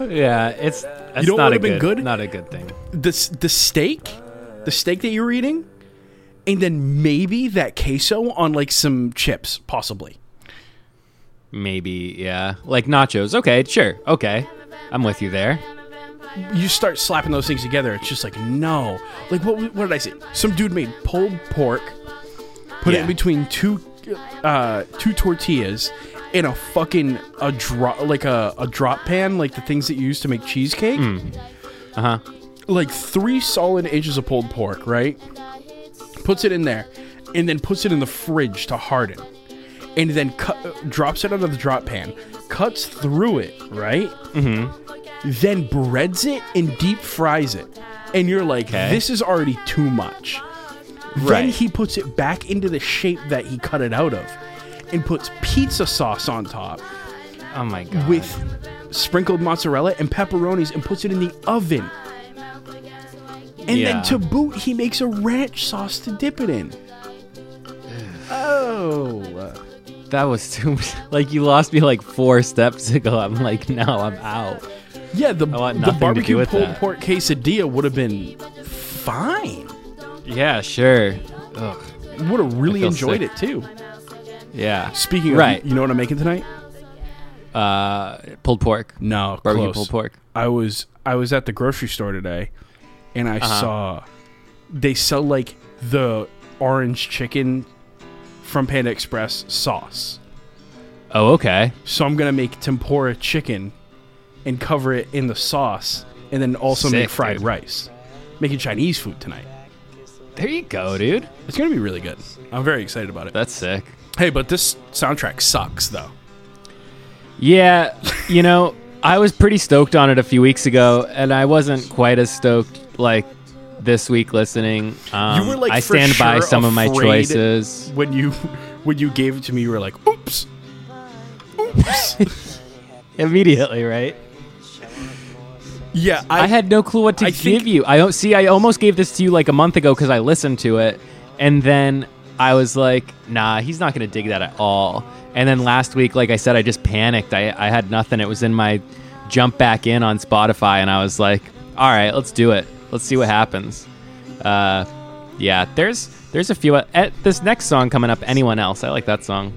Yeah, it's that's
know what
not a
would've been
good,
good?
not a good thing.
the the steak, the steak that you're eating, and then maybe that queso on like some chips, possibly.
Maybe, yeah. Like nachos. Okay, sure. Okay. I'm with you there.
You start slapping those things together. It's just like no, like what? What did I say? Some dude made pulled pork, put it
Yeah.
in between two, uh, two tortillas in a fucking a drop like a, a drop pan, like the things that you use to make cheesecake.
Uh huh.
like three solid inches of pulled pork, right? Puts it in there, and then puts it in the fridge to harden, and then cut, drops it out of the drop pan, cuts through it, right? Mm-hmm. Then breads it and deep fries it, and you're like,
Okay.
this is already too much.
Right.
Then he puts it back into the shape that he cut it out of, and puts pizza sauce on top
Oh my god.
with sprinkled mozzarella and pepperonis and puts it in the oven. And
Yeah.
then to boot, he makes a ranch sauce to dip it in. oh.
that was too [laughs] much. Like you lost me like four steps ago. I'm like, no, I'm out.
Yeah, the,
want
the
nothing to do
barbecue
with
pulled
that.
pork quesadilla would have been fine.
Yeah, sure. Ugh.
Would have really
feel
enjoyed
sick.
it too.
Yeah.
Speaking of,
Right.
you know what I'm making tonight?
Uh, pulled pork.
No,
Barbecue
close.
pulled pork.
I was I was at the grocery store today, and I
Uh-huh.
saw they sell like the orange chicken from Panda Express sauce.
Oh, okay.
So I'm gonna make tempura chicken and cover it in the sauce, and then also
Sick,
make fried
dude.
rice. Making Chinese food tonight.
There you go, dude.
It's gonna be really good. I'm very excited about it.
That's sick.
Hey, but this soundtrack sucks though.
Yeah, you know, I was pretty stoked on it a few weeks ago, and I wasn't quite as stoked like this week listening. Um,
were, like,
I
for
stand by
sure
some of my
afraid-
choices.
When you [laughs] when you gave it to me, you were like, "Oops, oops."
Immediately, right?
Yeah,
I, had no clue what to
I think-
give you. I o- see. I almost gave this to you like a month ago because I listened to it, and then I was like, "Nah, he's not gonna dig that at all." And then last week, like I said, I just panicked. I, I had nothing. It was in my jump back in on Spotify, and I was like, "All right, let's do it. Let's see what happens." Uh, yeah, there's there's a few. uh, At this next song coming up, anyone else? I like that song.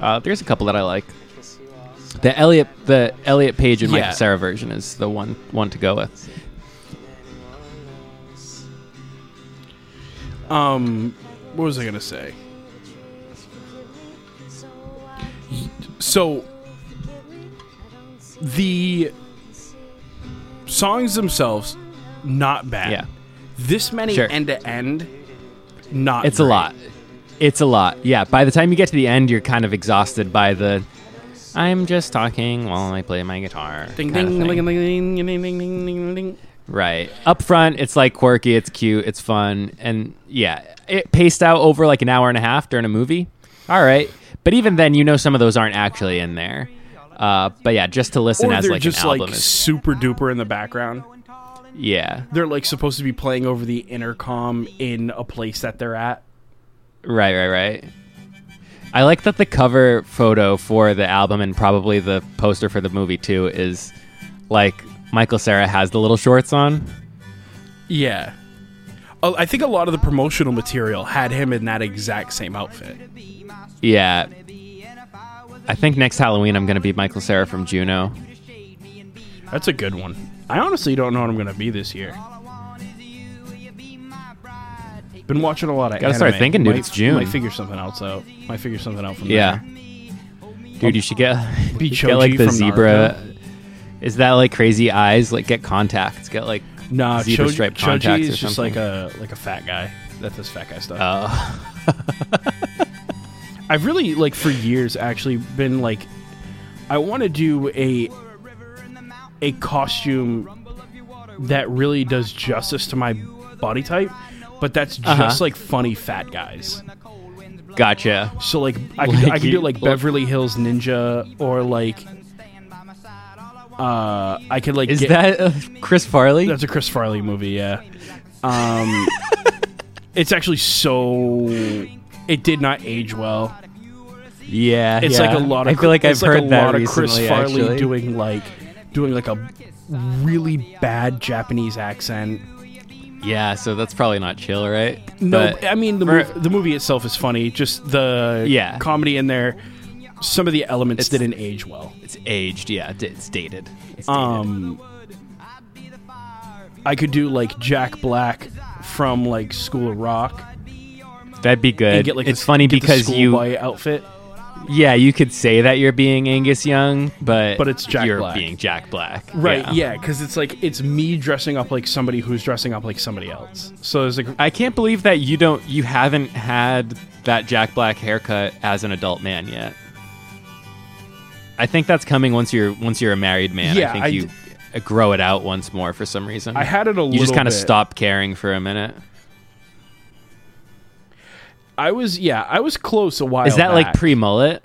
Uh, there's a couple that I like. The Elliot, the Elliot Page and
Yeah.
Mike Sarah version is the one one to go with.
Um, what was I gonna say? So, the songs themselves, not bad.
Yeah.
This many
Sure.
end to end, not.
It's a
great.
lot. It's a lot. Yeah. By the time you get to the end, you're kind of exhausted by the. I'm just talking while I play my guitar.
Ding
kind of
ding,
thing.
ding, ding, ding, ding, ding, ding, ding, ding.
Right. Up front, it's like quirky, it's cute, it's fun, and yeah, it paced out over like an hour and a half during a movie. All right. But even then, you know some of those aren't actually in there. Uh, but yeah, just to listen
Or
as
they're
like
just
an album
like
is
super duper in the background.
yeah,
They're like supposed to be playing over the intercom in a place that they're at.
Right, right, right. I like that the cover photo for the album and probably the poster for the movie too is like Michael Sarah has the little shorts on.
Yeah. Oh, I think a lot of the promotional material had him in that exact same outfit.
Yeah. I think next Halloween I'm going to be Michael Sarah from Juno.
That's a good one. I honestly don't know what I'm going to be this year. Been watching a lot of.
Gotta start
anime.
thinking, dude.
Might-
It's June.
Might figure something else out. Might figure something out from
Yeah.
there.
Dude, you should get,
[laughs] Be
you should get like
Choji
the
from
zebra. Is that like crazy eyes? Like get contacts. Get like
Nah,
zebra
Cho-
stripe
Choji
contacts or
is just like
something.
a like a fat guy. That does fat guy stuff.
uh,
[laughs] I've really like for years actually been like, I want to do a a costume that really does justice to my body type, but that's just
Uh-huh.
like funny fat guys.
gotcha.
So like I could, I
Like
could do
you-
like Beverly Hills Ninja or like uh I could like
Is
get-
that uh, Chris Farley?
that's a Chris Farley movie, yeah. Um [laughs] it's actually so it did not age well.
yeah.
It's
yeah.
like a lot of
I feel like I've
it's like
heard
a
that
lot of
recently,
Chris Farley
actually.
doing like doing like a really bad Japanese accent.
Yeah, so that's probably not chill, right?
No,
But-
I mean the
for-
mov- the movie itself is funny, just the
Yeah.
comedy in there some of the elements
It's-
didn't age well.
it's aged. Yeah, it- it's dated. It's dated.
Um, I could do like Jack Black from like School of Rock
That'd be good.
and get like
it's
the-
funny
get the
because you,
schoolboy outfit.
yeah, you could say that you're being Angus Young, but
But it's Jack
you're
Black.
being Jack Black,
Right, yeah, because it's like it's me dressing up like somebody who's dressing up like somebody else. So there's like
I can't believe that you don't, you haven't had that Jack Black haircut as an adult man yet. I think that's coming once you're once you're a married man.
Yeah,
I think
I
you
d-
uh, grow it out once more for some reason.
I had it a
you
little.
just kind of
bit.
stop caring for a minute.
I was yeah, I was close a while.
Is that like
back.
pre mullet?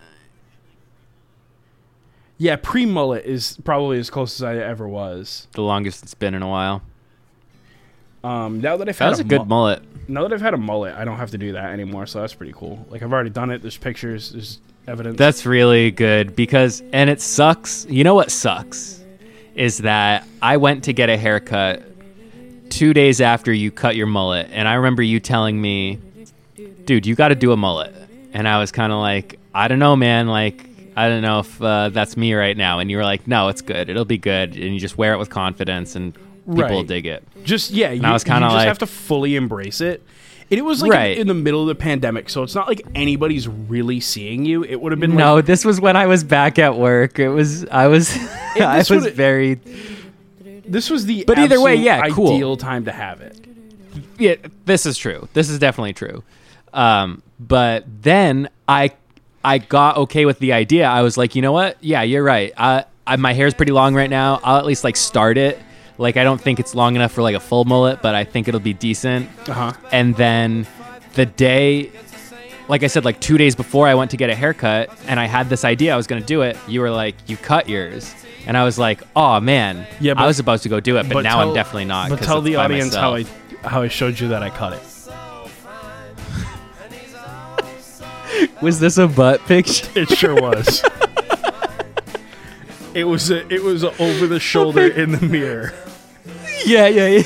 Yeah, pre mullet is probably as close as I ever was.
The longest it's been in a while.
Um, now that I've
That
had
was
a
a good
mu-
mullet.
now that I've had a mullet, I don't have to do that anymore. So that's pretty cool. Like I've already done it. There's pictures. There's evidence.
That's really good because, and it sucks. You know what sucks? Is that I went to get a haircut two days after you cut your mullet. And I remember you telling me, dude, you got to do a mullet. And I was kind of like, I don't know, man. Like, I don't know if uh, that's me right now. And you were like, no, it's good. It'll be good. And you just wear it with confidence and people will
Right.
dig it.
Just yeah, you,
I was
you
kinda
just
like-
have to fully embrace it. And it was like
Right.
in, in the middle of the pandemic, so it's not like anybody's really seeing you. It would have been
No,
like
this was when I was back at work. It was, I was, [laughs] I
this
was
would've-
very
this was the
But either way,
absolute
yeah, cool.
ideal time to have it.
yeah, this is true. This is definitely true. Um, but then I I got okay with the idea. I was like, you know what? Yeah, you're right. I, I my hair's pretty long right now. I'll at least like start it. Like I don't think it's long enough for like a full mullet, but I think it'll be decent.
Uh-huh.
And then the day like I said, like two days before I went to get a haircut and I had this idea I was gonna do it, you were like, You cut yours. and I was like, "Oh man,
Yeah, but-
I was supposed to go do it, but, now
tell-
I'm definitely not."
But
'cause
tell
it's
the
by
audience
myself.
how I how I showed you that I cut it.
was this a butt
[laughs]
picture?
It sure was. it was a, it was a over the
[laughs]
shoulder in the mirror.
yeah, yeah,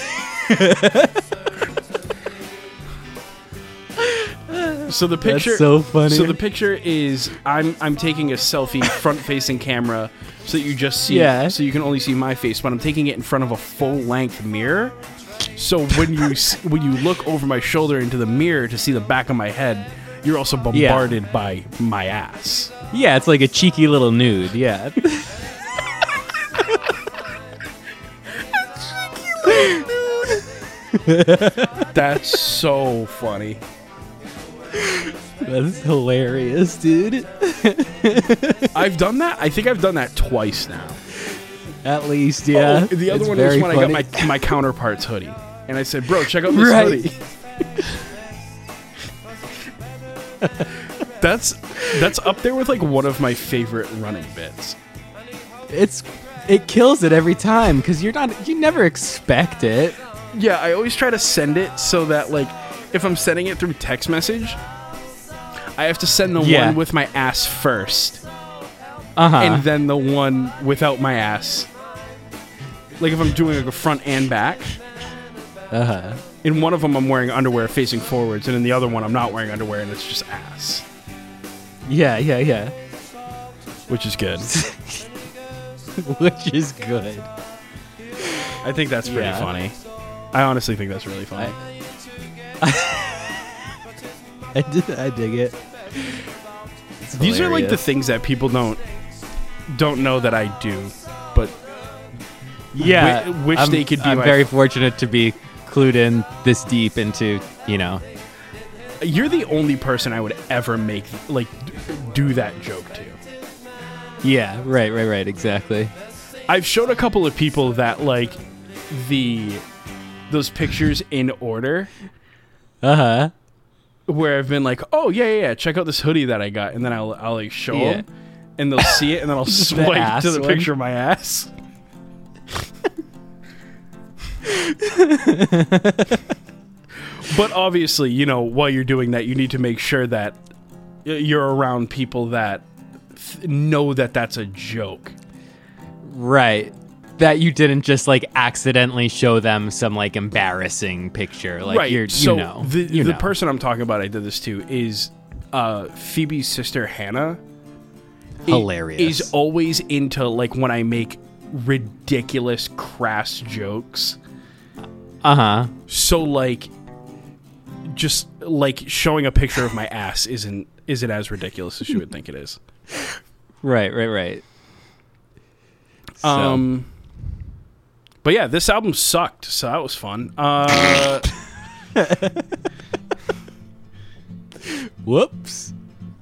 yeah.
So the picture
so funny.
So the picture is I'm I'm taking a
[laughs]
selfie front facing camera so that you just see
Yeah.
so you can only see my face, but I'm taking it in front of a full length mirror. So when you s- [laughs] when you look over my shoulder into the mirror to see the back of my head, you're also bombarded by my ass.
Yeah, it's like a cheeky little nude. Yeah. [laughs]
That's
[laughs]
so funny.
That's hilarious, dude.
I've done that. I think I've done that twice now.
At least,
Oh, the other
It's
one was
very
when I
funny.
got my, my counterpart's hoodie. And I said, bro, check out this
Right.
hoodie. that's that's up there with like one of my favorite running bits.
It's it kills it every time because you're not you never expect it.
Yeah, I always try to send it so that like if I'm sending it through text message, I have to send the
Yeah.
one with my ass first.
Uh huh.
and then the one without my ass. Like if I'm doing like a front and back. Uh
Uh-huh.
In one of them, I'm wearing underwear facing forwards, and in the other one, I'm not wearing underwear, and it's just ass,
yeah, yeah, yeah. [laughs]
which is good.
Which is good.
I think that's pretty
Yeah.
funny. I honestly think that's really funny.
I, did, I dig it. It's
These are like the
hilarious.
things that people don't don't know that I do, but
yeah.
wi- wish
I'm-
they could be
I'm
my-
very fortunate to be clued in this deep into you know.
you're the only person I would ever make like d- do that joke to.
Yeah. Right. Right. Right. Exactly.
I've shown a couple of people that like the those pictures in order
Uh huh.
where I've been like, oh yeah yeah yeah, check out this hoodie that I got, and then I'll I'll like show
Yeah.
them, and they'll see it, and then
[laughs]
I'll swipe
ass
to the
one.
picture of my
[laughs]
ass. but obviously, you know, while you're doing that, you need to make sure that y- you're around people that th- know that that's a joke.
Right. That you didn't just like accidentally show them some like embarrassing picture. Like you're, you
so
know.
the
you
the
know.
person I'm talking about I did this to is uh, Phoebe's sister Hannah. i-
Hilarious.
Is always into like when I make ridiculous crass jokes.
Uh huh.
So like just like showing a picture of my ass isn't isn't as ridiculous as you would think it
[laughs]
is.
Right, right, right. So,
Um But yeah, this album sucked, so that was fun.
[laughs]
Uh
whoops.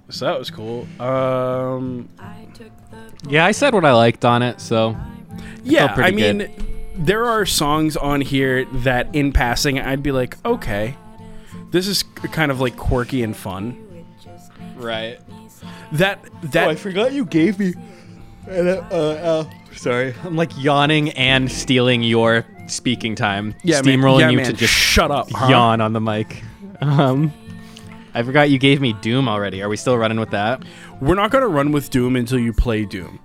so that was cool. Um
Yeah, I said what I liked on it, so
Yeah, I
pretty
mean,
good.
there are songs on here that, in passing, I'd be like, okay, this is kind of like quirky and fun.
right.
That that
Oh, forgot you gave me. uh, sorry, I'm like yawning and stealing your speaking time.
yeah, man-
steamrolling
yeah,
you
man,
to just
shut up, huh?
yawn on the mic. Um, I forgot you gave me Doom already. Are we still running with that?
We're not gonna run with Doom until you play Doom.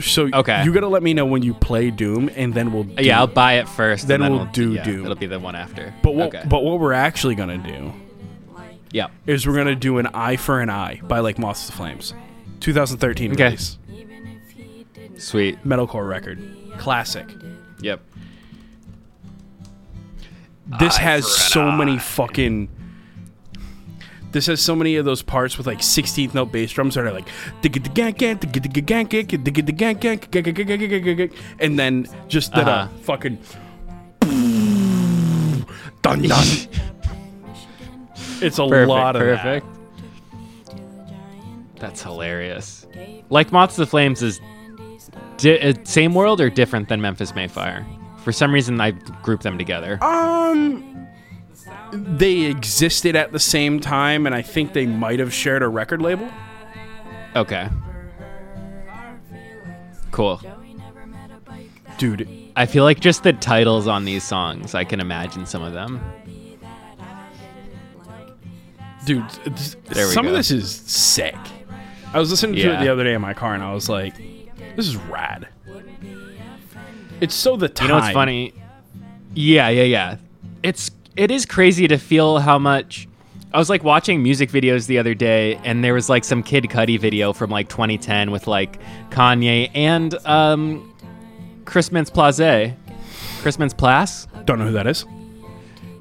So
Okay.
you gotta let me know when you play Doom, and then we'll do
Uh, Yeah, I'll
it.
buy it first.
Then
and then
we'll do
yeah,
Doom.
It'll be the one after.
But what
Okay.
but what we're actually gonna do
yeah.
is we're gonna do an Eye for an Eye by like Moths to Flames, 2013
Okay.
release,
Sweet.
metalcore record, classic.
Yep.
this
Eye
has
for an
so many fucking this has so many of those parts with like 16th note bass drums that are like and then just that uh
Uh-huh.
fucking dun dun it's a
Perfect.
lot of that.
perfect. That's hilarious. Like Moths to Flames is di- uh, same world or different than Memphis Mayfire. For some reason, I grouped them together.
um they existed at the same time and I think they might have shared a record label
Okay. Cool.
dude.
I feel like just the titles on these songs, I can imagine some of them.
Dude, it's-
There we
some
go.
of this is sick. I was listening to
Yeah.
it the other day in my car, and I was like, "This is rad." It's so the time.
You know what's funny? Yeah, yeah, yeah. It's it is crazy to feel how much I was like watching music videos the other day and there was like some Kid Cudi video from like 2010 with like Kanye and um Chris Mintz Plaze. Chris Mintz Plasse?
Don't know who that is.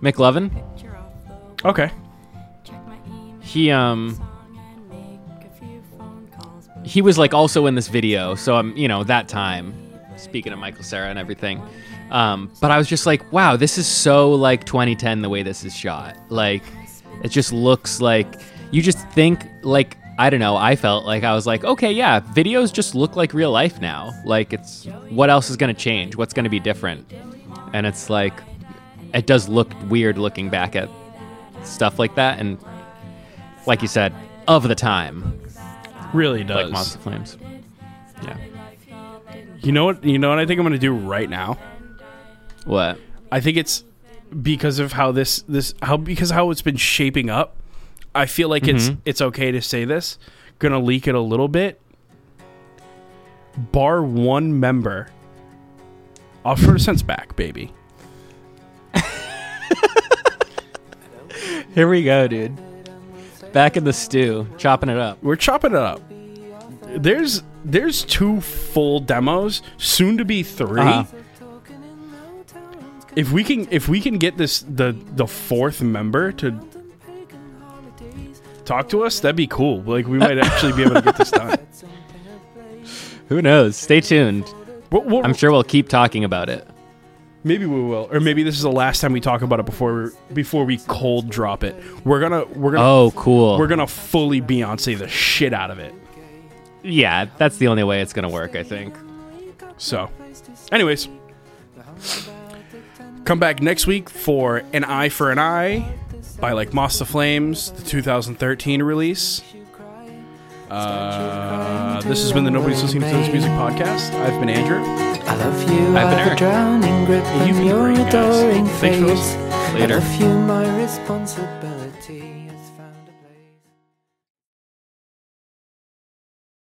McLovin?
Okay.
He um he was like also in this video, so I'm you know that time. Speaking of Michael Sarah and everything, um, but I was just like, wow, this is so like 2010 the way this is shot. Like, it just looks like you just think like I don't know. I felt like I was like, okay, yeah, videos just look like real life now. Like, it's what else is gonna change? What's gonna be different? And it's like, it does look weird looking back at stuff like that, and like you said, of the time,
Really does.
like Monster Flames. Yeah.
You know what? You know what I think I'm gonna do right now.
What?
I think it's because of how this this how because how it's been shaping up. I feel like
Mm-hmm.
it's it's okay to say this. Gonna leak it a little bit. Bar one member. Offer a sense back, baby.
Here we go, dude. Back in the stew, chopping it up.
We're chopping it up. There's there's two full demos, soon to be 3
Uh-huh.
If we can if we can get this the the fourth member to talk to us, that'd be cool. Like we might actually be able to get this
[laughs]
done.
Who knows? Stay tuned.
We'll- we'll-
I'm sure we'll keep talking about it.
Maybe we will, or maybe this is the last time we talk about it before before we cold drop it. We're gonna we're gonna
Oh, cool.
we're gonna fully Beyonce the shit out of it.
yeah, that's the only way it's gonna work, I think.
So, anyways, come back next week for An Eye for an Eye by like Moss the Flames, the 2013 release. Uh, this has been the Nobody's Listening to This Music podcast. I've been Andrew.
I love you,
I've been
I've been a
Eric.
drowning grip
You've
on
been
your
great, guys.
adoring
Thanks for
face.
listening.
I
Later.
love you, my responsibility.